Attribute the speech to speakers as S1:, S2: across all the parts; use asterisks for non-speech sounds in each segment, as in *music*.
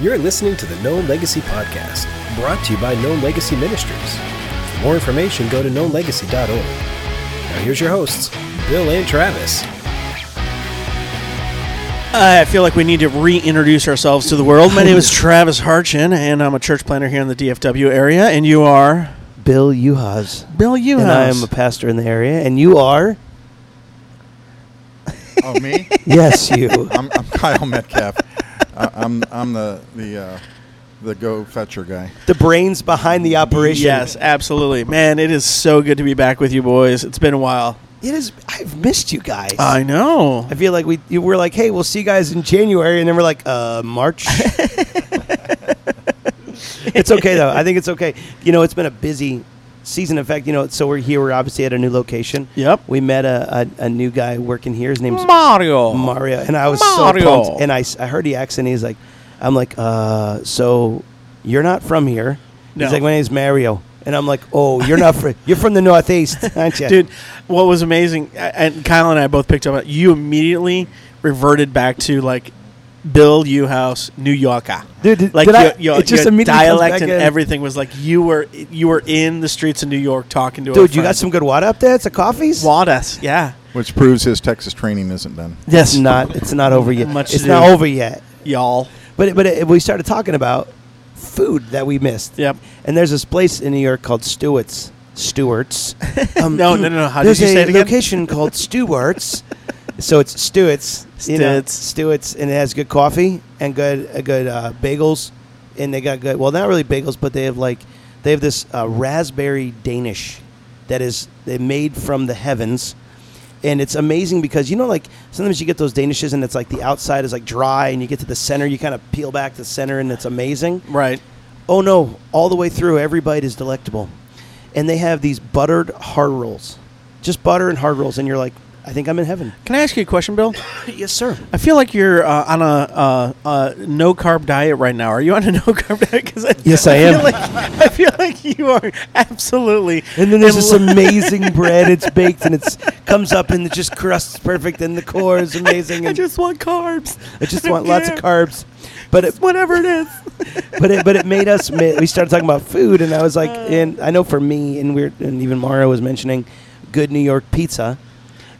S1: You're listening to the Known Legacy Podcast, brought to you by Known Legacy Ministries. For more information, go to knownlegacy.org. Now, here's your hosts, Bill and Travis.
S2: I feel like we need to reintroduce ourselves to the world. My name
S3: *laughs*
S2: is Travis Harchin, and I'm a church planner here in the DFW area. And you are
S3: Bill Uhas.
S2: Bill Uhouse.
S3: And I am a pastor in the area, and you are?
S4: Oh, me?
S3: *laughs* Yes, you.
S4: I'm, I'm Kyle Metcalf. I, I'm I'm the the uh, the go fetcher guy.
S3: the brains behind the operation.
S2: Yes, absolutely, man. It is so good to be back with you boys. It's been a while.
S3: It is, I've missed you guys.
S2: I know.
S3: I feel like we you were like, hey, we'll see you guys in January, and then we're like, uh,
S2: *laughs*
S3: March. it's okay though. I think it's okay. You know, it's been a busy season. In fact, you know, so we're here. We're obviously at a new location.
S2: Yep.
S3: We met a, a, a new guy working here. His name's
S2: Mario.
S3: Mario, and I was
S2: Mario.
S3: so pumped. And I, s- I heard the accent. He's like, I'm like, uh, so you're not from here?
S2: No.
S3: He's like, my name's Mario, and I'm like, oh, you're not from you're from
S2: *laughs*
S3: the Northeast, aren't you,
S2: Dude, what was amazing, a- and Kyle and I both picked up on it, you immediately reverted back to like Bill Uhouse, New Yorker.
S3: Dude, did-
S2: like
S3: did
S2: your,
S3: I-
S2: your,
S3: it just
S2: your
S3: immediately comes
S2: dialect
S3: back
S2: and
S3: in.
S2: everything was like you were you were in the streets of New York talking to a
S3: Dude, you got
S2: friend.
S3: some good water up there. It's a coffees.
S2: want us, yeah.
S4: Which proves his Texas training isn't done.
S3: Yes, not it's not over yet.
S2: Much to
S3: it's not
S2: do.
S3: over yet.
S2: Y'all.
S3: But it- but it, we started talking about food that we missed.
S2: Yep.
S3: And there's this place in New York called Stewart's.
S2: *laughs*
S3: Stewart's. Um,
S2: No, no, no, no. How did
S3: there's
S2: you
S3: a
S2: say it again?
S3: location called Stewart's. So it's Stewart's. you know,
S2: Stewart's.
S3: Stewart's, and it has good coffee and good uh, good uh, bagels, and they got good. Well, not really bagels, but they have like they have this uh, raspberry Danish that is they made from the heavens. And it's amazing because you know, like sometimes you get those danishes, and it's like the outside is like dry, and you get to the center, you kind of peel back the center, and it's amazing.
S2: Right.
S3: Oh no! All the way through, every bite is delectable, and they have these buttered hard rolls, just butter and hard rolls, and you're like, I think I'm in heaven.
S2: Can I ask you a question, Bill?
S3: *laughs* yes, sir.
S2: I feel like you're uh, on a uh, uh, no carb diet right now. Are you on a *laughs* no carb diet? 'Cause I,
S3: Yes, I am.
S2: Feel like, I feel like you are absolutely.
S3: And then there's
S2: in
S3: this *laughs*
S2: lo-
S3: amazing bread. It's baked and it's comes up and it just crusts perfect, and the core is *laughs* amazing.
S2: I
S3: And
S2: just want carbs.
S3: I just
S2: don't
S3: want lots of
S2: care.
S3: carbs, but *laughs* it,
S2: Whatever it is.
S3: but it, but it made us. ma- We started talking about food, and I was like, and I know for me, and we're and even Mario was mentioning good New York pizza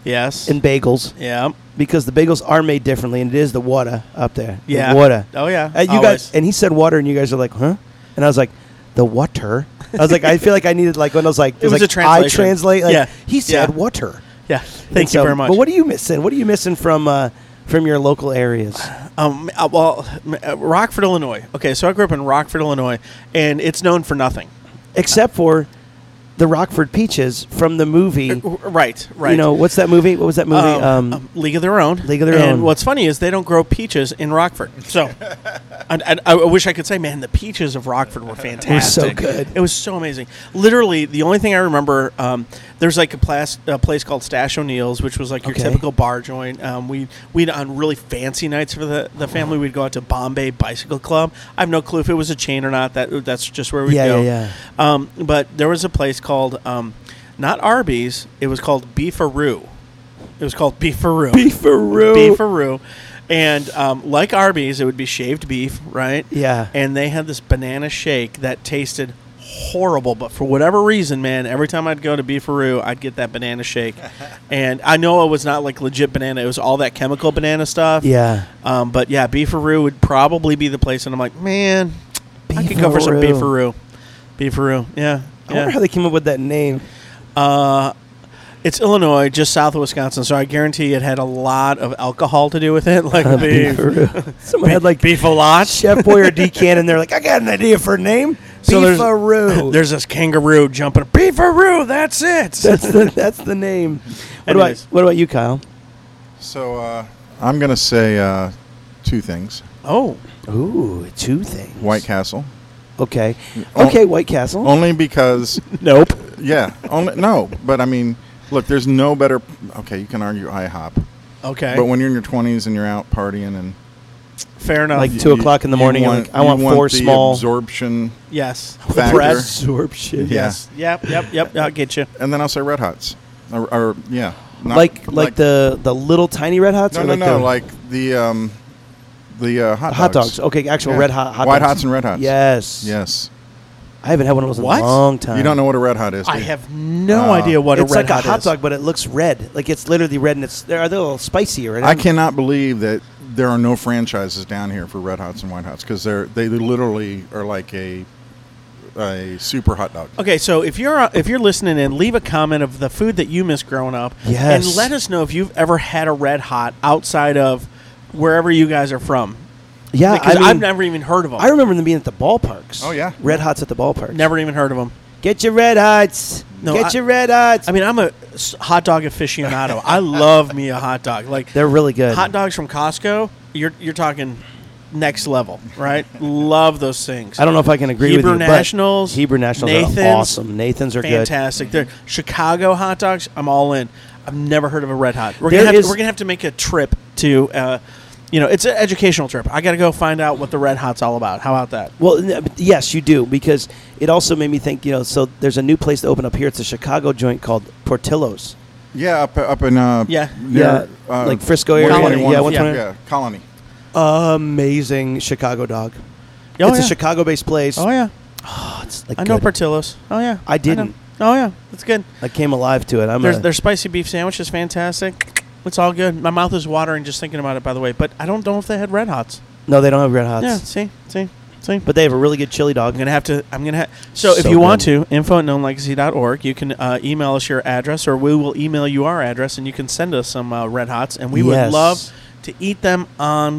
S2: Yes.
S3: and bagels.
S2: yeah.
S3: because the bagels are made differently, and it is the water up there. The
S2: Yeah.
S3: water.
S2: Oh, yeah.
S3: Uh, you
S2: Always.
S3: guys, and he said water, and you guys are like, huh? And I was like, the water. I was like, I feel like I needed like when I was like,
S2: *laughs* It was
S3: like,
S2: a
S3: I
S2: translation.
S3: translate. Like,
S2: Yeah.
S3: He said
S2: Yeah.
S3: water.
S2: Yeah.
S3: And
S2: Thank you
S3: so-
S2: very much.
S3: But what are you missing? What are you missing from uh, from your local areas?
S2: Um, uh, well, m- uh, Rockford, Illinois. Okay, so I grew up in Rockford, Illinois, and it's known for nothing.
S3: Except for the Rockford peaches from the movie.
S2: R- Right, Uh, right.
S3: You know what's that movie? What was that movie?
S2: um,
S3: Um,
S2: um, League of Their Own.
S3: League of Their
S2: and
S3: Own.
S2: what's funny is they don't grow peaches in Rockford. So, and, and I wish I could say, man, the peaches of Rockford
S3: *laughs*
S2: were fantastic.
S3: good.
S2: It was so amazing. Literally, the only thing I remember, um, there's like a, plas- a place called Stash O'Neill's, which was like your
S3: Okay.
S2: typical bar joint. Um, we we'd on really fancy nights for the, the family, we'd go out to Bombay Bicycle Club. I have no clue if it was a chain or not. That that's just where we
S3: Yeah,
S2: go.
S3: yeah,
S2: Um, but there was a place called. Um, not Arby's. It was called Beefaroo. It was called Beefaroo.
S3: Beefaroo.
S2: Beefaroo. And um, like Arby's, it would be shaved beef, right?
S3: Yeah.
S2: And they had this banana shake that tasted horrible, but for whatever reason, man, every time I'd go to Beefaroo, I'd get that banana
S3: *laughs*
S2: shake. and I know it was not like legit banana; it was all that chemical banana stuff.
S3: yeah.
S2: Um, but yeah, Beefaroo would probably be the place, and I'm like, man, I could go for some
S3: Beefaroo.
S2: Beefaroo. Beefaroo, yeah.
S3: I
S2: yeah.
S3: wonder how they came up with that name.
S2: Uh, it's Illinois, just south of Wisconsin, so I guarantee it had a lot of alcohol to do with it, *laughs* like beef, *laughs*
S3: Beefaroo. Someone Uh, had like
S2: beef a lot.
S3: Chef Boyardee can, and they're like, I got an idea for a name.
S2: So there's-
S3: Beefaroo.
S2: *laughs* There's this kangaroo jumping. Beefaroo, that's it.
S3: that's the that's the name. What about,
S2: Anyways.
S3: what about you, Kyle?
S4: So uh, I'm gonna say uh, two things:
S2: Oh,
S3: Ooh, two things.
S4: White Castle,
S3: Okay.
S4: On-
S3: Okay, White Castle.
S4: only because
S2: nope.
S4: yeah, only no. But I mean, look, there's no better. Okay, you can argue IHOP,
S2: Okay,
S4: but when you're in your 20s and you're out partying and
S2: fair enough.
S3: like
S4: you-
S3: two o'clock in the
S4: you
S3: morning, you're like, I
S4: you
S3: want four
S4: the
S3: small-
S4: absorption.
S2: yes,
S4: Factor.
S2: Breath.
S3: Absorption.
S4: Yeah.
S2: Yes. Yep. Yep. Yep. I get you.
S4: And then I'll say Red Hots, or, or yeah, not-
S3: Like, like the the little tiny red hots.
S4: No,
S3: or
S4: no,
S3: like
S4: no.
S3: The,
S4: like the um, the uh, hot,
S3: Hot
S4: dogs.
S3: dogs. Okay, actual
S4: Yeah.
S3: red hot hot
S4: White
S3: dogs.
S4: hots and red hots.
S3: Yes.
S4: Yes.
S3: I haven't had one of those in
S2: What?
S3: a long time.
S4: You don't know what a red hot is. do
S2: I
S4: you?
S2: have no
S4: Uh,
S2: idea what
S3: it's
S2: a red
S3: like a hot
S2: is.
S3: dog, but it looks red. Like it's literally red, and it's they're a little spicier. And
S4: I
S3: I'm-
S4: cannot believe that there are no franchises down here for red hots and white hots because they're they literally are like a a super hot dog.
S3: Oh.
S2: Okay, so if you're uh, if you're listening in, leave a comment of the food that you miss growing up,
S3: Yes.
S2: and let us know if you've ever had a red hot outside of wherever you guys are from.
S3: Yeah,
S2: because
S3: I mean,
S2: have never even heard of them.
S3: I remember them being at the ballparks.
S4: Oh, yeah.
S3: Red Hots at the ballparks.
S2: never even heard of them.
S3: Get your red hots.
S2: No,
S3: Get
S2: I-
S3: your red hots.
S2: I mean, I'm a s- hot dog aficionado. I love me a hot dog. Like
S3: they're really good.
S2: hot dogs from Costco. You're you're talking next level, right? love those things.
S3: I don't know if I can agree
S2: Hebrew
S3: with you. but
S2: Nationals,
S3: Hebrew Nationals
S2: Nathan's,
S3: are awesome. Nathan's are
S2: fantastic. They're Chicago hot dogs. I'm all in. I've never heard of a Red Hot. We're
S3: There
S2: gonna have
S3: is-
S2: to, we're gonna have to make a trip to, uh, you know, it's an educational trip. I gotta go find out what the Red Hot's all about. How about that?
S3: good. Well, n- but yes, you do because it also made me think. You know, so there's a new place to open up here. It's a Chicago joint called Portillo's.
S4: Yeah, up up in uh,
S2: Yeah.
S4: near,
S3: Yeah,
S4: uh,
S3: like Frisco area.
S4: 121.
S3: Yeah,
S4: yeah,
S3: 121.
S4: yeah, colony.
S3: Amazing Chicago dog.
S2: Oh,
S3: it's
S2: yeah.
S3: a Chicago-based place.
S2: Oh yeah,
S3: Oh, it's like
S2: I know
S3: good.
S2: Portillo's. Oh yeah,
S3: I
S2: know.
S3: didn't.
S2: Oh yeah, that's good.
S3: I came alive to it. I'm
S2: There's
S3: a,
S2: their spicy beef sandwich is fantastic. It's all good. My mouth is watering just thinking about it. By the way, but I don't know if they had Red Hots.
S3: no, they don't have red hots.
S2: yeah, see, see, see.
S3: But they have a really good chili dog.
S2: I'm gonna have to. I'm gonna. Ha- so, if
S3: So
S2: you want
S3: good.
S2: to, info at knownlegacy.org. You can uh, email us your address, or we will email you our address, and you can send us some uh, red hots, and we
S3: Yes.
S2: would love to eat them on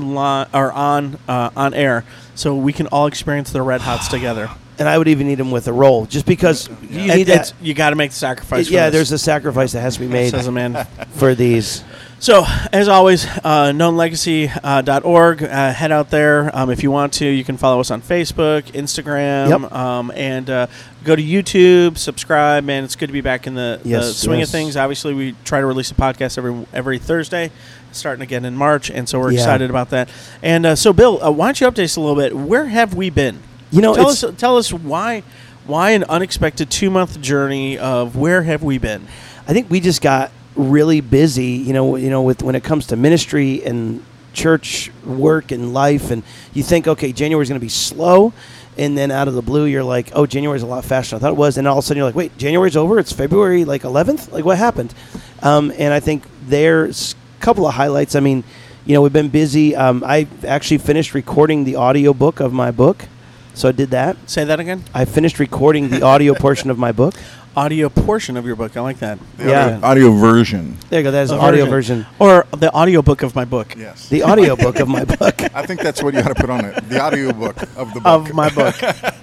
S2: or on uh, on air, so we can all experience the red hots together.
S3: and I would even eat them with a roll, just because *sighs* you
S2: It-
S3: need
S2: it's-
S3: that.
S2: You got to make the sacrifice.
S3: yeah,
S2: for this,
S3: there's a sacrifice that has to be made
S2: says a
S3: *laughs*
S2: man.
S3: for these.
S2: So, as always, uh, knownlegacy.org. Uh, head out there. Um, if you want to, you can follow us on Facebook, Instagram,
S3: Yep.
S2: um, and uh, go to YouTube, subscribe. Man, it's good to be back in the, the
S3: Yes,
S2: swing
S3: yes.
S2: of things. Obviously, we try to release a podcast every every Thursday, starting again in March, and so we're
S3: Yeah.
S2: excited about that. And uh, so, Bill, uh, why don't you update us a little bit? Where have we been?
S3: You know,
S2: tell
S3: it's-
S2: us tell us why why an unexpected two month journey of where have we been?
S3: I think we just got really busy, you know, you know, with when it comes to ministry and church work and life, and you think, okay, January's going to be slow, and then out of the blue, you're like, oh, January's a lot faster than I thought it was, and all of a sudden you're like, wait, January's over, it's February like 11th, like what happened? Um, and I think there's a couple of highlights. I mean, you know, we've been busy. Um, I actually finished recording the audio book of my book, so I did that.
S2: Say that again.
S3: I finished recording the audio portion of my book.
S2: Audio portion of your book. I like that.
S4: The
S3: Yeah.
S4: audio, audio version.
S3: There you go. That is
S2: A
S3: the audio version.
S2: or the audio book of my book
S4: Yes,
S3: the audiobook of my book.
S4: I think that's what you got to put on it. The audio book of the book.
S2: of my book.
S3: *laughs*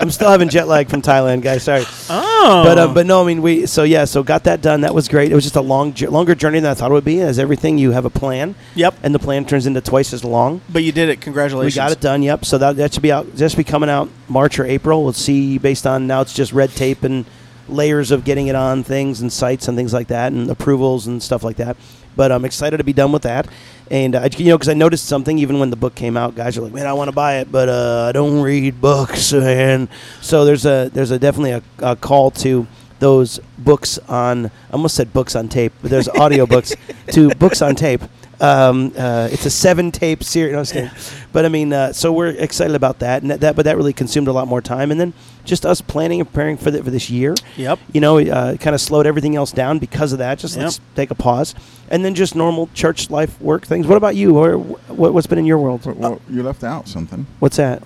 S3: I'm still having jet lag from Thailand, guys. Sorry,
S2: oh,
S3: but um, but no, I mean we. So yeah, so got that done. That was great. It was just a long, jour- longer journey than I thought it would be. As everything, you have a plan.
S2: Yep.
S3: And the plan turns into twice as long.
S2: but you did it.
S3: We
S2: Congratulations.
S3: got it done. Yep. So that that should be out. Just be coming out March or April. We'll see. Based on now, it's just red tape and layers of getting it on things and sites and things like that and approvals and stuff like that. But I'm excited to be done with that. And uh, you know, because I noticed something even when the book came out, guys are like, "Man, I want to buy it, but uh, I don't read books." *laughs* And so there's a there's a definitely a, a call to those books on I almost said books on tape, but there's audiobooks to books on tape. Um, uh, it's a seven tape series. No, I'm just kidding. But I mean, uh, so we're excited about that, and that, that, but that really consumed a lot more time. And then just us planning and preparing for the, for this year.
S2: Yep.
S3: You know, uh, kind of slowed everything else down because of that. Just
S2: Yep.
S3: let's take a pause, and then just normal church life, work things. What about you? Or wh- what, what's been in your world?
S4: But, well, you left out something.
S3: What's that?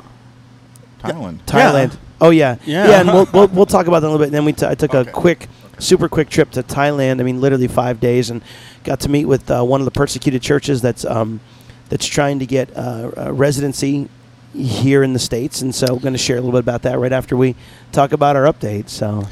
S4: Thailand.
S3: Thailand. Oh yeah,
S2: Yeah.
S3: and we'll, we'll we'll talk about that in a little bit. And then we t- I took
S4: Okay.
S3: a quick, super quick trip to Thailand. I mean, literally five days, and got to meet with uh, one of the persecuted churches that's um, that's trying to get uh, a residency here in the states. And so, I'm going to share a little bit about that right after we talk about our update. So,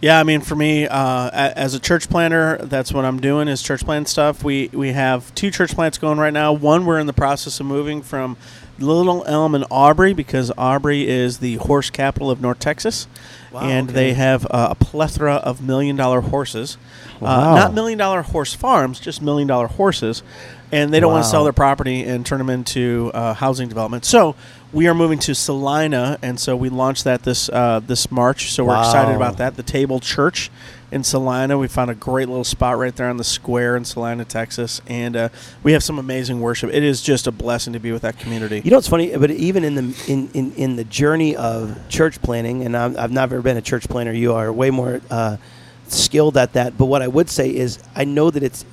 S2: Yeah, I mean, for me, uh, a- as a church planner, that's what I'm doing is church plan stuff. We we have two church plants going right now. One we're in the process of moving from Little Elm and Aubrey because Aubrey is the horse capital of North Texas,
S3: Wow,
S2: and
S3: okay.
S2: they have uh, a plethora of million dollar horses.
S3: Wow.
S2: Uh, not million dollar horse farms, just million dollar horses, and they don't want
S3: Wow.
S2: to sell their property and turn them into uh, housing development. So we are moving to Salina, and so we launched that this uh, this March. So we're excited
S3: Wow.
S2: about that. The Table Church in Salina, we found a great little spot right there on the square in Salina, Texas, and uh, we have some amazing worship. It is just a blessing to be with that community.
S3: You know what's funny? But even in the in, in, in the journey of church planning, and I'm, I've never been a church planner. You are way more uh, skilled at that. But what I would say is, I know that it's.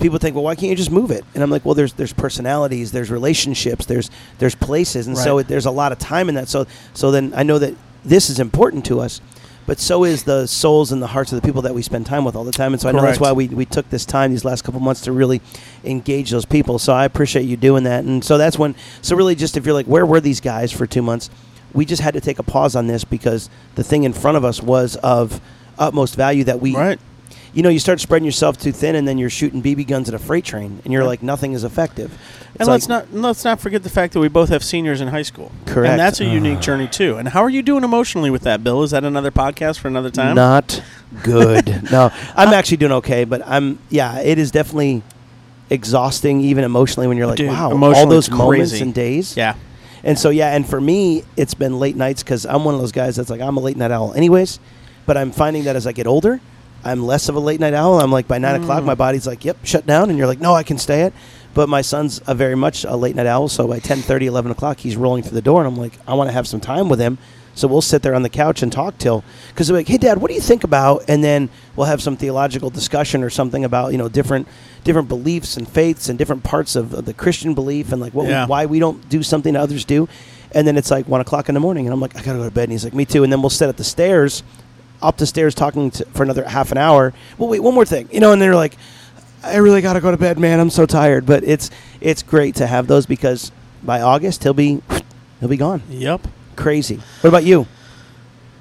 S3: People think, well, why can't you just move it? And I'm like, well, there's there's personalities, there's relationships, there's there's places, and so
S2: Right.
S3: it, there's a lot of time in that. So so then I know that this is important to us, but so is the souls and the hearts of the people that we spend time with all the time. And so I know that's
S2: Correct.
S3: why we, we took this time these last couple months to really engage those people. So I appreciate you doing that. And so that's when, so really, just if you're like, where were these guys for two months? We just had to take a pause on this because the thing in front of us was of utmost value that we,
S2: Right.
S3: you know, you start spreading yourself too thin and then you're shooting BB guns at a freight train and you're like, nothing is effective. It's
S2: and
S3: like-
S2: let's not and let's not forget the fact that we both have seniors in high school.
S3: Correct. Ah.
S2: And that's a unique journey too. And how are you doing emotionally with that, Bill? Is that another podcast for another time?
S3: Not
S2: *laughs*
S3: good. no, I'm actually doing okay, but I'm yeah. It is definitely exhausting, even emotionally, when you're like,
S2: Dude,
S3: wow, all
S2: emotionally
S3: those
S2: it's
S3: moments
S2: crazy.
S3: and days.
S2: Yeah.
S3: And so yeah, and for me, it's been late nights because I'm one of those guys that's like I'm a late night owl, anyways. But I'm finding that as I get older, I'm less of a late night owl. I'm like by nine o'clock, my body's like, yep, shut down, and you're like, no, I can stay it. But my son's a very much a late night owl, so by 10, 11 o'clock, he's rolling through the door, and I'm like, I want to have some time with him. So we'll sit there on the couch and talk till because they're like, "Hey, Dad, what do you think about?" And then we'll have some theological discussion or something about you know different different beliefs and faiths and different parts of, of the Christian belief and like what
S2: Yeah.
S3: we, why we don't do something that others do. And then it's like one o'clock in the morning, and I'm like, I gotta go to bed. And he's like, Me too. And then we'll sit at the stairs, up the stairs, talking to, for another half an hour. Well, wait, one more thing, you know. And they're like, I really gotta go to bed, man. I'm so tired. But it's it's great to have those because by August he'll be he'll be gone.
S2: Yep.
S3: Crazy. What about you?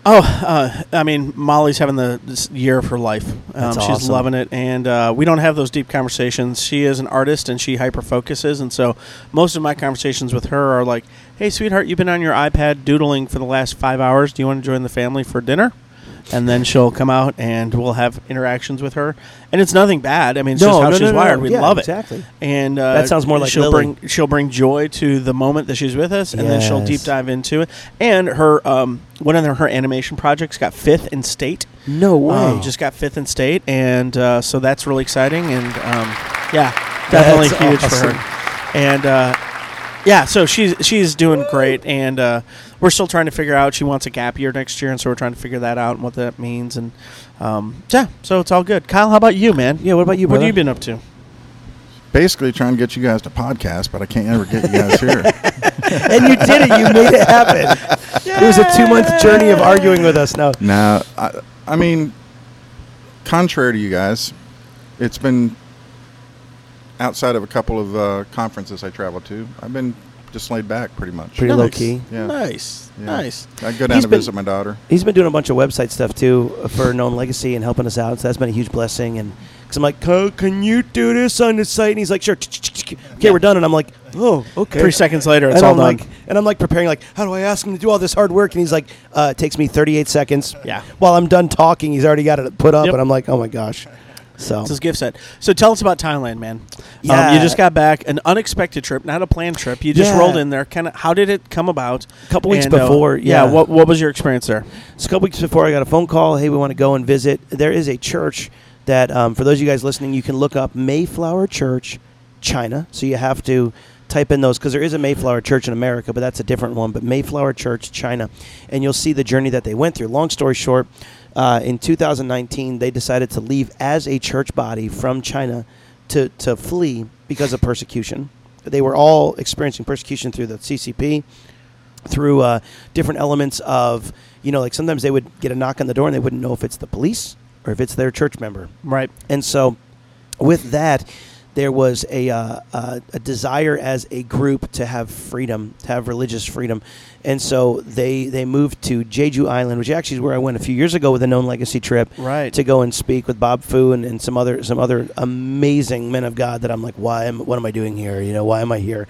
S2: Oh, uh, I mean, Molly's having the this year of her life. Um,
S3: That's
S2: she's
S3: awesome.
S2: loving it, and uh, we don't have those deep conversations. She is an artist, and she hyper focuses, and so most of my conversations with her are like, "Hey, sweetheart, you've been on your iPad doodling for the last five hours. Do you want to join the family for dinner?" And then she'll come out, and we'll have interactions with her, and it's nothing bad. I mean, it's
S3: No,
S2: just how
S3: no,
S2: she's
S3: no, no.
S2: wired. We
S3: Yeah,
S2: love it
S3: exactly.
S2: and uh,
S3: That sounds more like
S2: she'll
S3: Lily.
S2: bring she'll bring joy to the moment that she's with us, and then she'll deep
S3: Yes.
S2: dive into it. And her um, one of her animation projects got fifth in state.
S3: No way.
S2: Um, just got fifth in state, and uh, so that's really exciting. And um, yeah, definitely
S3: That's
S2: huge for
S3: awesome.
S2: her. And uh, yeah, so she's she's doing great, and uh, we're still trying to figure out. She wants a gap year next year, and so we're trying to figure that out and what that means. And um, yeah, so it's all good. Kyle, how about you, man?
S3: Yeah, what about you,
S2: What
S3: brother?
S2: have you been up to?
S4: Basically, trying to get you guys to podcast, but I can't ever get you guys
S2: *laughs*
S4: here.
S3: and you did it. You made it happen. It was a two month journey of arguing with us. No,
S4: Now, I, I mean, contrary to you guys, it's been outside of a couple of uh, conferences I traveled to. I've been just laid back pretty much.
S3: Pretty
S2: Nice.
S3: low key.
S4: Yeah.
S2: Nice.
S4: Yeah.
S2: Nice.
S4: I go down
S3: He's
S4: to
S3: been-
S4: visit my daughter.
S3: He's been doing a bunch of website stuff too for Known Legacy and helping us out. So that's been a huge blessing. And because I'm like, "Co- can you do this on the site? And he's like, sure. Okay, we're done. And I'm like, oh, okay.
S2: Three seconds later, it's
S3: and
S2: all
S3: I'm
S2: done.
S3: like, and I'm like preparing, like, how do I ask him to do all this hard work? And he's like, uh, it takes me 38 seconds.
S2: Yeah.
S3: While I'm done talking, he's already got it put up,
S2: Yep.
S3: and I'm like, oh my gosh. So
S2: It's his gift set. So tell us about Thailand, man. Um,
S3: Yeah.
S2: you just got back, an unexpected trip, not a planned trip. You just
S3: Yeah.
S2: rolled in there. Kind of, how did it come about? A
S3: Couple weeks before, yeah.
S2: What What was your experience there?
S3: So a couple weeks before, I got a phone call. Hey, we want to go and visit. There is a church that, um, for those of you guys listening, you can look up Mayflower Church, China. So you have to type in those because there is a Mayflower Church in America, but that's a different one. But Mayflower Church, China, and you'll see the journey that they went through. Long story short, uh, in 2019, they decided to leave as a church body from China to to flee because of persecution. They were all experiencing persecution through the CCP through uh, different elements of you know like sometimes they would get a knock on the door and they wouldn't know if it's the police or if it's their church member
S2: Right.
S3: and so with that there was a, uh, uh, a desire as a group to have freedom to have religious freedom and so they they moved to jeju island which actually is where i went a few years ago with a known legacy trip
S2: Right.
S3: to go and speak with bob fu and, and some other some other amazing men of god that i'm like why am what am i doing here you know why am i here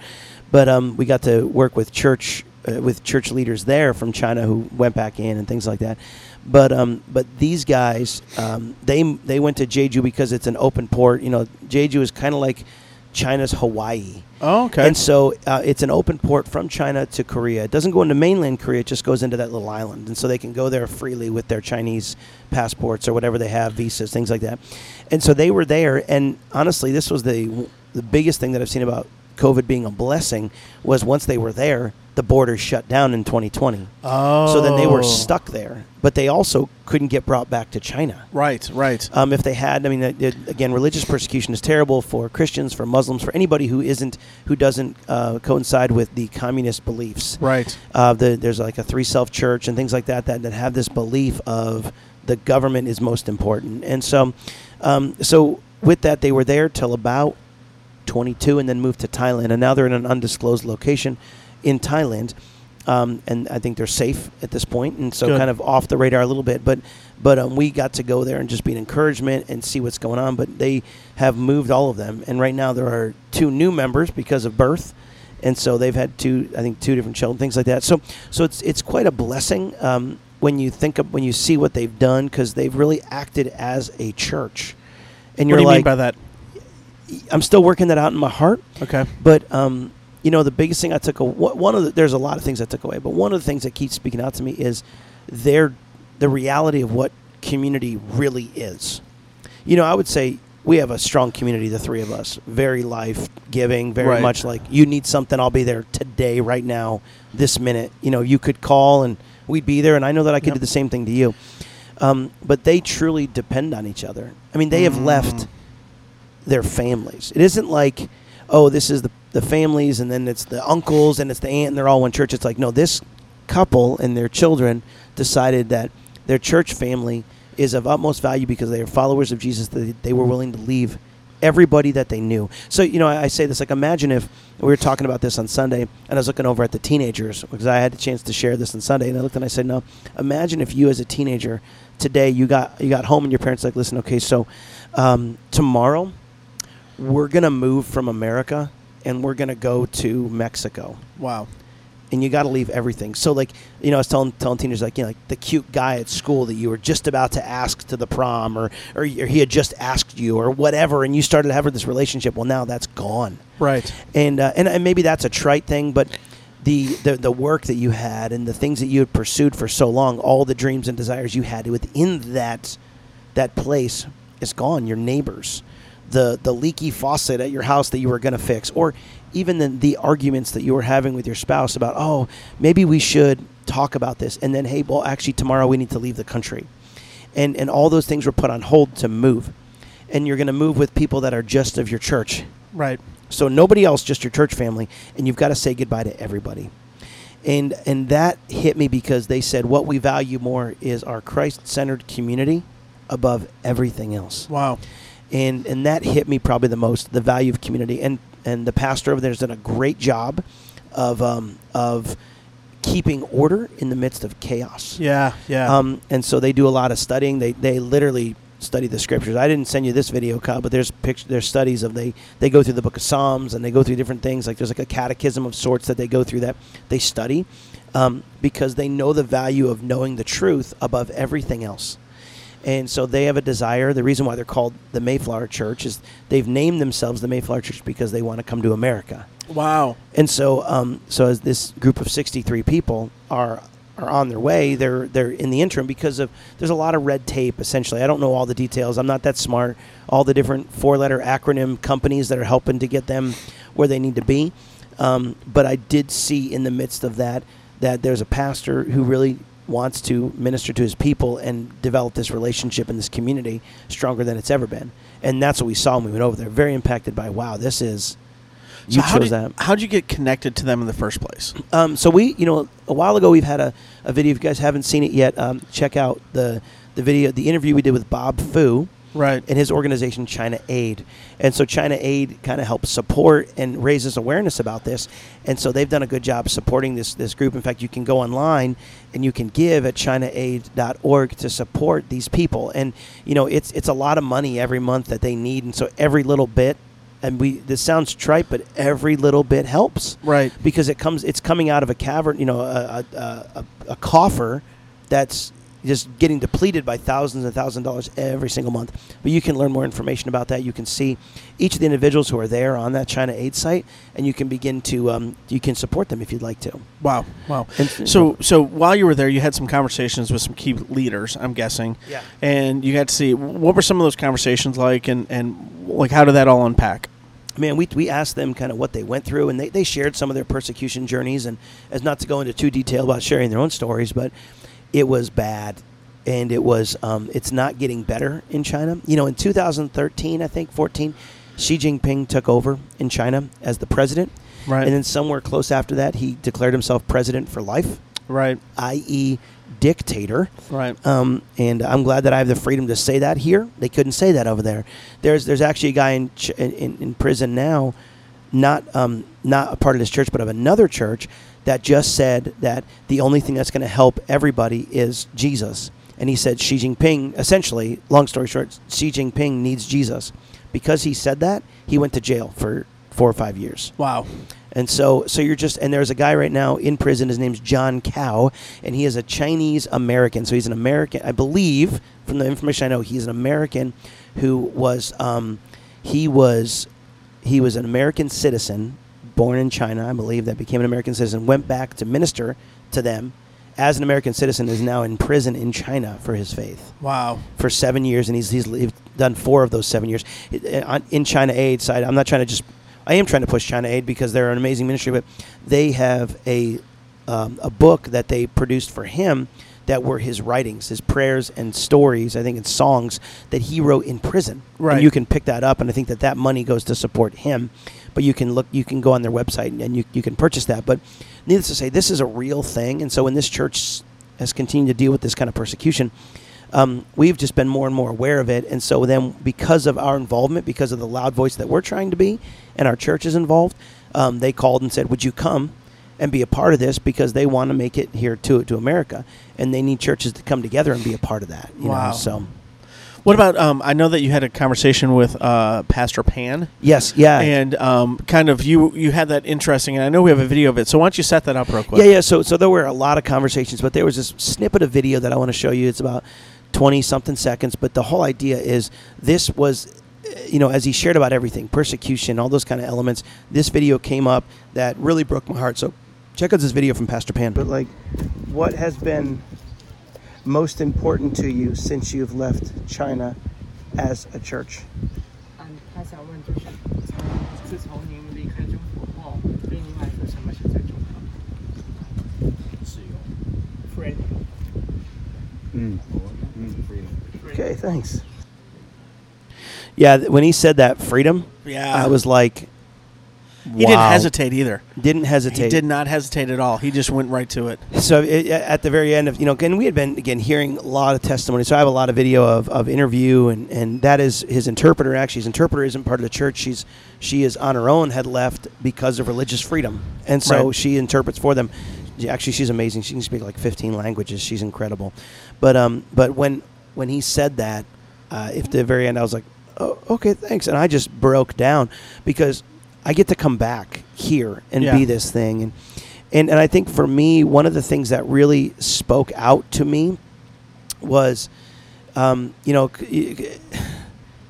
S3: but um, we got to work with church uh, with church leaders there from China who went back in and things like that. But um, but these guys um, they they went to Jeju because it's an open port. You know, Jeju is kind of like China's Hawaii.
S2: Oh, okay.
S3: And so uh, it's an open port from China to Korea. It doesn't go into mainland Korea; it just goes into that little island, and so they can go there freely with their Chinese passports or whatever they have, visas, things like that. And so they were there, and honestly, this was the the biggest thing that I've seen about COVID being a blessing was once they were there, the borders shut down in 2020.
S2: oh.
S3: So then they were stuck there, but they also couldn't get brought back to China.
S2: Right, right.
S3: Um, if they had, I mean, it, it- again, religious persecution is terrible for Christians, for Muslims, for anybody who isn't, who doesn't uh, coincide with the communist beliefs.
S2: right.
S3: Uh, the, there's like a three self church and things like that, that that have this belief of the government is most important, and so, um, so with that, they were there till about 22, and then moved to Thailand, and now they're in an undisclosed location in Thailand, um, and I think they're safe at this point, and so
S2: Good.
S3: kind of off the radar a little bit, but but um, we got to go there and just be an encouragement and see what's going on, but they have moved all of them, and right now there are two new members because of birth and so they've had two i think two different children things like that so so it's it's quite a blessing um, when you think of when you see what they've done because they've really acted as a church
S2: What
S3: and you're
S2: do you mean
S3: like
S2: by that?
S3: i'm still working that out in my heart
S2: Okay.
S3: but um, you know the biggest thing i took away one of the, there's a lot of things i took away but one of the things that keeps speaking out to me is their the reality of what community really is you know i would say we have a strong community the three of us very life giving very
S2: Right.
S3: much like you need something i'll be there today right now this minute you know you could call and we'd be there and i know that i could
S2: Yep.
S3: do the same thing to you um, but they truly depend on each other i mean they have
S2: Mm.
S3: left their families. It isn't like, oh, this is the, the families and then it's the uncles and it's the aunt and they're all one church. It's like, no, this couple and their children decided that their church family is of utmost value because they are followers of Jesus. That they were willing to leave everybody that they knew. So, you know, I, I say this like, imagine if we were talking about this on Sunday and I was looking over at the teenagers because I had the chance to share this on Sunday and I looked and I said, no, imagine if you as a teenager today you got you got home and your parents like listen okay so um, tomorrow we're going to move from America and we're going to go to Mexico.
S2: Wow.
S3: And you got to leave everything. So, like, you know, I was telling, telling teenagers, like, you know, like the cute guy at school that you were just about to ask to the prom or, or he had just asked you or whatever, and you started having this relationship. Well, now that's gone
S2: Right.
S3: and uh, and, and maybe that's a trite thing, but the, the the work that you had and the things that you had pursued for so long, all the dreams and desires you had within that that place is gone. Your neighbors, the the leaky faucet at your house that you were going to fix, or even the, the arguments that you were having with your spouse about, oh, maybe we should talk about this, and then hey, well, actually tomorrow we need to leave the country, and and all those things were put on hold to move, and you're going to move with people that are just of your church.
S2: Right.
S3: So nobody else, just your church family, and you've got to say goodbye to everybody. And and that hit me because they said what we value more is our Christ-centered community above everything else.
S2: Wow.
S3: And and that hit me probably the most, the value of community. And and the pastor over there's done a great job of um, of keeping order in the midst of chaos.
S2: Yeah. Yeah.
S3: Um, and so they do a lot of studying. They they literally study the scriptures. I didn't send you this video, Kyle, but there's picture, there's studies of they they go through the Book of Psalms and they go through different things. Like there's like a catechism of sorts that they go through that they study um, because they know the value of knowing the truth above everything else. And so they have a desire. The reason why they're called the Mayflower Church is they've named themselves the Mayflower Church because they want to come to America.
S2: wow.
S3: And so, um, so as this group of 63 people are are on their way, they're they're in the interim because of there's a lot of red tape. Essentially, I don't know all the details. I'm not that smart. All the different four letter acronym companies that are helping to get them where they need to be. Um, but I did see in the midst of that that there's a pastor who really wants to minister to his people and develop this relationship in this community stronger than it's ever been. And that's what we saw when we went over there. Very impacted by wow, this is.
S2: so
S3: You
S2: how
S3: chose
S2: did,
S3: that.
S2: How'd you get connected to them in the first place?
S3: Um, so we, you know, a while ago we've had a, a video. If you guys haven't seen it yet, um, check out the the video, the interview we did with Bob Fu
S2: Right.
S3: and his organization China Aid. And so China Aid kind of helps support and raises awareness about this. And so they've done a good job supporting this this group. In fact, you can go online and you can give at ChinaAid.org to support these people. And you know, it's it's a lot of money every month that they need. And so every little bit, and we this sounds trite, but every little bit helps
S2: Right.
S3: because it comes it's coming out of a cavern you know a, a, a, a- a coffer that's just getting depleted by thousands and thousands of dollars every single month. But you can learn more information about that. You can see each of the individuals who are there on that China Aid site, and you can begin to um, you can support them if you'd like to.
S2: Wow, wow.
S3: And-
S2: so, so while you were there, you had some conversations with some key leaders, I'm guessing.
S3: Yeah.
S2: And you got to see what were some of those conversations like, and and like how did that all unpack?
S3: man, we, we asked them kind of what they went through, and they, they shared some of their persecution journeys. And as not to go into too detail about sharing their own stories, but it was bad, and it was um, it's not getting better in China. You know, in 2013, I think 14, Xi Jinping took over in China as the president,
S2: Right.
S3: And then somewhere close after that, he declared himself president for life,
S2: Right.
S3: i.e., dictator.
S2: Right.
S3: Um, and I'm glad that I have the freedom to say that here. They couldn't say that over there. There's there's actually a guy in ch- in, in in prison now, not um, not a part of this church, but of another church that just said that the only thing that's going to help everybody is Jesus. And he said Xi Jinping, essentially, long story short, Xi Jinping needs Jesus. Because he said that, he went to jail for four or five years.
S2: wow.
S3: And so, so you're just, and there's a guy right now in prison. His name's John Cow, and he is a Chinese American. So he's an American, I believe, from the information I know, he's an American who was, um, he was, he was an American citizen born in China, I believe, that became an American citizen, went back to minister to them as an American citizen, is now in prison in China for his faith
S2: Wow.
S3: for seven years, and he's he's li- done four of those seven years It- it- on- in China Aid side. I'm not trying to just, I am trying to push China Aid because they're an amazing ministry, but they have a um, a book that they produced for him that were his writings, his prayers and stories. I think and songs that he wrote in prison. And
S2: Right.
S3: you can pick that up, and I think that that money goes to support him. But you can look, you can go on their website and, and you you can purchase that. But needless to say, this is a real thing, and so when this church has continued to deal with this kind of persecution, um, we've just been more and more aware of it. And so then, because of our involvement, because of the loud voice that we're trying to be, and our church is involved, um, they called and said, "Would you come and be a part of this?" Because they want to make it here to to America, and they need churches to come together and be a part of that. You
S2: Wow.
S3: Know? So
S2: What about? Um, I know that you had a conversation with uh, Pastor Pan,
S3: yes, yeah.
S2: and um, kind of you you had that interesting. And I know we have a video of it, so why don't you set that up real quick?
S3: Yeah, yeah. So, so there were a lot of conversations, but there was this snippet of video that I want to show you. It's about twenty something seconds, but the whole idea is this was, uh, you know, as he shared about everything, persecution, all those kind of elements. This video came up that really broke my heart. So, check out this video from Pastor Pan. But like, what has been most important to you since you've left China as a church?
S5: 嗯，他想问就是，从自从您离开中国后，对您来说什么是最重要的？嗯自由，freedom。
S3: Okay, thanks. Yeah, th- when he said that freedom,
S2: Yeah.
S3: I was like,
S2: He didn't hesitate either.
S3: Didn't hesitate.
S2: He did not hesitate at all. He just went right to it.
S3: So it, at the very end of you know, and we had been again hearing a lot of testimony. So I have a lot of video of, of interview, and, and that is his interpreter. Actually, his interpreter isn't part of the church. She's she is on her own had left because of religious freedom, and so
S2: Right.
S3: she interprets for them. Yeah, Actually, she's amazing. She can speak like fifteen languages. She's incredible. But um, but when when he said that, uh, if the very end, I was like, oh, okay, thanks, and I just broke down because I get to come back here and
S2: Yeah.
S3: be this thing and. And, and I think for me, one of the things that really spoke out to me was, um, you know, c- *sighs* y- c-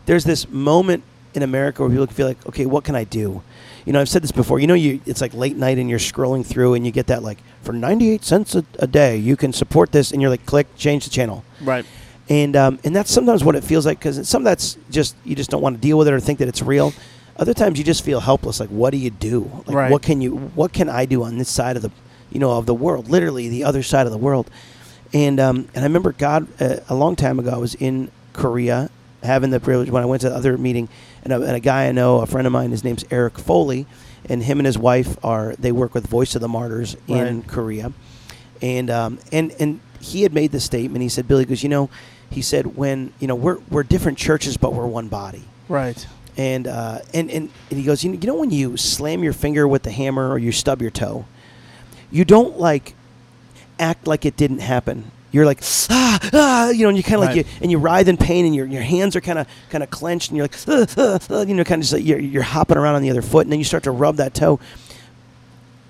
S3: there's this moment in America where people feel like, okay, what can I do? You know, I've said this before. You know, you it's like late night and you're scrolling through and you get that like for 98 cents a, a day you can support this and you're like click change the channel
S2: Right.
S3: and um, and that's sometimes what it feels like because some of that's just you just don't want to deal with it or think that it's real. Other times you just feel helpless. Like, what do you do? Like,
S2: Right.
S3: what can you? What can I do on this side of the, you know, of the world? Literally the other side of the world. And um, and I remember God uh, a long time ago. I was in Korea having the privilege when I went to the other meeting, and a, and a guy I know, a friend of mine, his name's Eric Foley, and him and his wife are they work with Voice of the Martyrs in
S2: Right.
S3: Korea and um, and and he had made the statement. He said, "Billy goes, you know," he said, "when you know we're we're different churches, but we're one body."
S2: Right.
S3: And uh, and and and he goes, you know, you know when you slam your finger with the hammer or you stub your toe, you don't like act like it didn't happen. You're like ah, ah you know, and you kind of
S2: Right.
S3: like you, and you writhe in pain, and your, your hands are kind of kind of clenched, and you're like "Ugh, ugh, ugh," you know, kind of just like you're, you're hopping around on the other foot, and then you start to rub that toe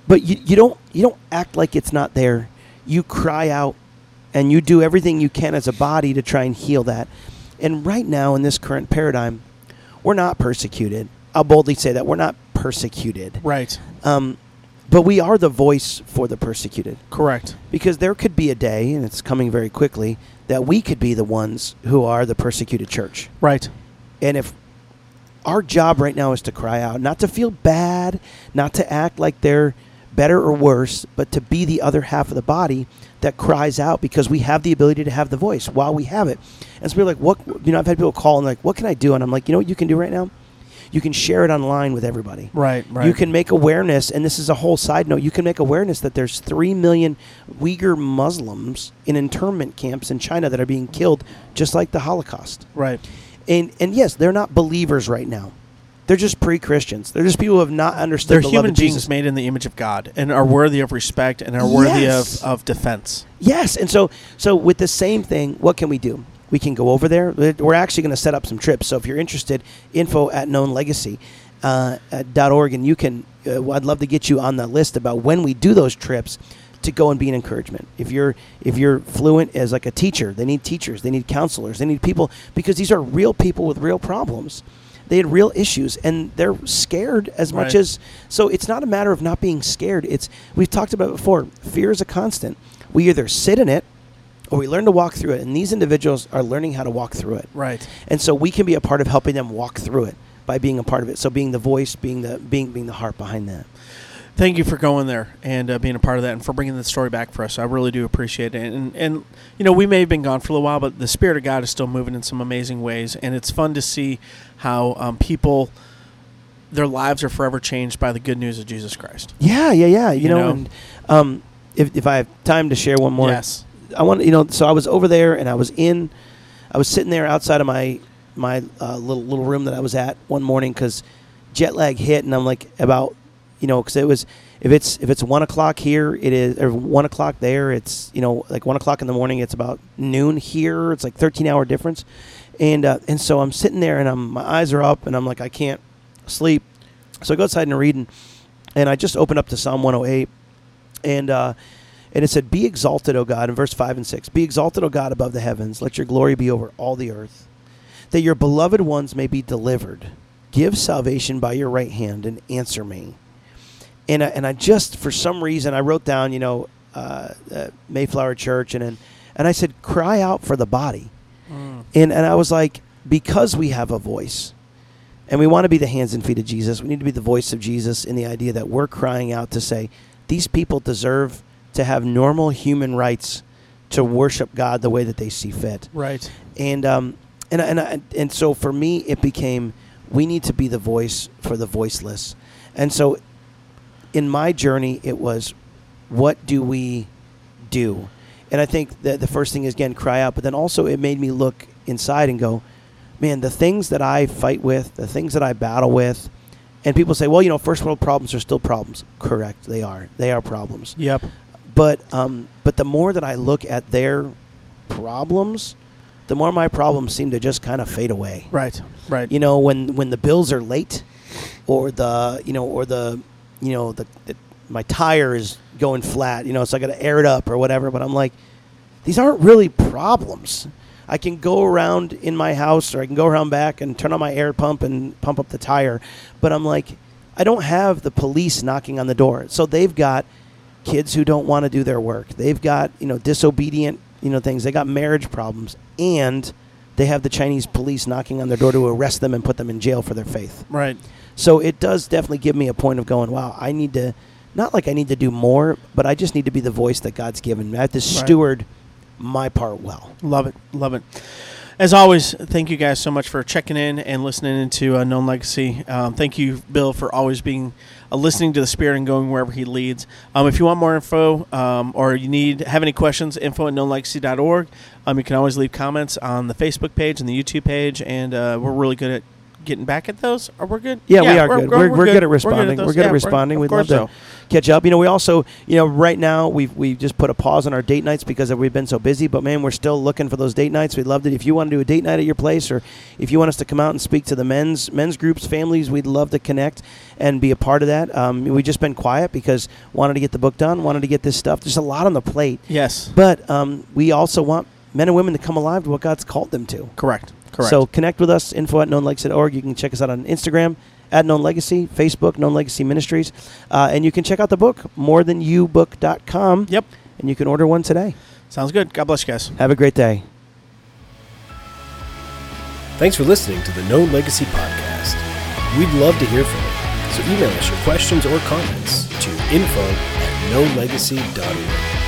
S3: but you, you don't you don't act like it's not there you cry out and you do everything you can as a body to try and heal that. And right now, in this current paradigm, we're not persecuted. I'll boldly say that we're not persecuted.
S2: Right.
S3: Um, but we are the voice for the persecuted
S2: Correct.
S3: because there could be a day, and it's coming very quickly, that we could be the ones who are the persecuted church.
S2: Right.
S3: And if our job right now is to cry out, not to feel bad, not to act like they're better or worse, but to be the other half of the body that cries out because we have the ability to have the voice while we have it. And so we're like, what, you know, I've had people call and like, what can I do? And I'm like, you know what you can do right now? You can share it online with everybody.
S2: Right, right.
S3: You can make awareness, and this is a whole side note. You can make awareness that there's three million Uyghur Muslims in internment camps in China that are being killed, just like the Holocaust
S2: Right.
S3: and and yes, they're not believers right now. They're just pre-Christians. They're just people who have not understood
S2: They're
S3: the love
S2: human
S3: of
S2: beings
S3: Jesus.
S2: made in the image of God and are worthy of respect and are worthy
S3: Yes.
S2: of, of defense.
S3: Yes, and so so with the same thing, what can we do? We can go over there. We're we're actually going to set up some trips. So if you're interested, info at knownlegacy uh, at dot org, and you can. Uh, well, I'd love to get you on the list about when we do those trips to go and be an encouragement. If you're if you're fluent as like a teacher, they need teachers, they need counselors, they need people because these are real people with real problems. They had real issues, and they're scared as much
S2: Right.
S3: as so it's not a matter of not being scared. It's we've talked about it before. Fear is a constant. We either sit in it or we learn to walk through it. And these individuals are learning how to walk through it.
S2: Right.
S3: And so we can be a part of helping them walk through it by being a part of it. So being the voice, being the being being the heart behind that.
S2: Thank you for going there and uh, being a part of that and for bringing the story back for us. I really do appreciate it. And, and, you know, we may have been gone for a little while, but the Spirit of God is still moving in some amazing ways. And it's fun to see how um, people, their lives are forever changed by the good news of Jesus Christ.
S3: Yeah, yeah, yeah. You,
S2: You
S3: know,
S2: know?
S3: and um, if if I have time to share one more,
S2: Yes.
S3: I want you know. So I was over there, and I was in, I was sitting there outside of my my uh, little little room that I was at one morning because jet lag hit, and I'm like about you know because it was if it's if it's one o'clock here, it is or one o'clock there. It's you know like one o'clock in the morning. It's about noon here. It's like thirteen hour difference, and uh, and so I'm sitting there, and I'm my eyes are up, and I'm like I can't sleep, so I go outside and read, and, and I just opened up to Psalm 108 and uh, and it said, "Be exalted, O God." In verse five and six, "Be exalted, O God, above the heavens. Let your glory be over all the earth, that your beloved ones may be delivered. Give salvation by your right hand and answer me." And I, and I just for some reason I wrote down, you know, uh, uh, Mayflower Church, and then, and I said, "Cry out for the body," and and I was like, because we have a voice. And we want to be the hands and feet of Jesus. We need to be the voice of Jesus in the idea that we're crying out to say, these people deserve to have normal human rights to worship God the way that they see fit.
S2: Right.
S3: And um, and and I- and so for me, it became we need to be the voice for the voiceless. And so, in my journey, it was what do we do? And I think that the first thing is again cry out, but then also it made me look inside and go, man, the things that I fight with, the things that I battle with, and people say, well, you know, first world problems are still problems. Correct, they are. They are problems
S2: Yep.
S3: but um, but the more that I look at their problems, the more my problems seem to just kind of fade away.
S2: Right. Right.
S3: You know, when when the bills are late, or the you know, or the you know the, the my tire is going flat. You know, so I got to air it up or whatever. But I'm like, these aren't really problems. I can go around in my house or I can go around back and turn on my air pump and pump up the tire. But I'm like, I don't have the police knocking on the door. So they've got kids who don't want to do their work. They've got, you know, disobedient, you know, things. They got marriage problems and they have the Chinese police knocking on their door to arrest them and put them in jail for their faith.
S2: Right.
S3: So it does definitely give me a point of going, wow, I need to, not like I need to do more, but I just need to be the voice that God's given me. I have to steward my part well.
S2: Love it. Love it. As always, thank you guys so much for checking in and listening into uh, Known Legacy. Um, thank you, Bill, for always being uh, listening to the Spirit and going wherever He leads. Um, if you want more info um, or you need have any questions, info at knownlegacy.org. Um, you can always leave comments on the Facebook page and the YouTube page, and uh, we're really good at getting back at those? Are we good?
S3: Yeah, we are good. We're, we're, good. at responding. We're good at,
S2: those. Yeah,
S3: responding.
S2: of
S3: We'd love
S2: course
S3: to
S2: so.
S3: catch up. You know, we also, you know, right now we've we've just put a pause on our date nights because we've been so busy. But man, we're still looking for those date nights. We'd love it if you want to do a date night at your place, or if you want us to come out and speak to the men's men's groups, families. We'd love to connect and be a part of that. Um, we've just been quiet because wanted to get the book done, wanted to get this stuff. There's a lot on the plate,
S2: Yes.
S3: but um, we also want men and women to come alive to what God's called them to.
S2: Correct. Correct.
S3: So connect with us, info at knownlegacy.org. You can check us out on Instagram at Known Legacy, Facebook, Known Legacy Ministries. Uh, and you can check out the book, morethanyoubook.com.
S2: Yep.
S3: And you can order one today.
S2: Sounds good. God bless you guys.
S3: Have a great day.
S1: Thanks for listening to the Known Legacy Podcast. We'd love to hear from you, so email us your questions or comments to info at knownlegacy.org.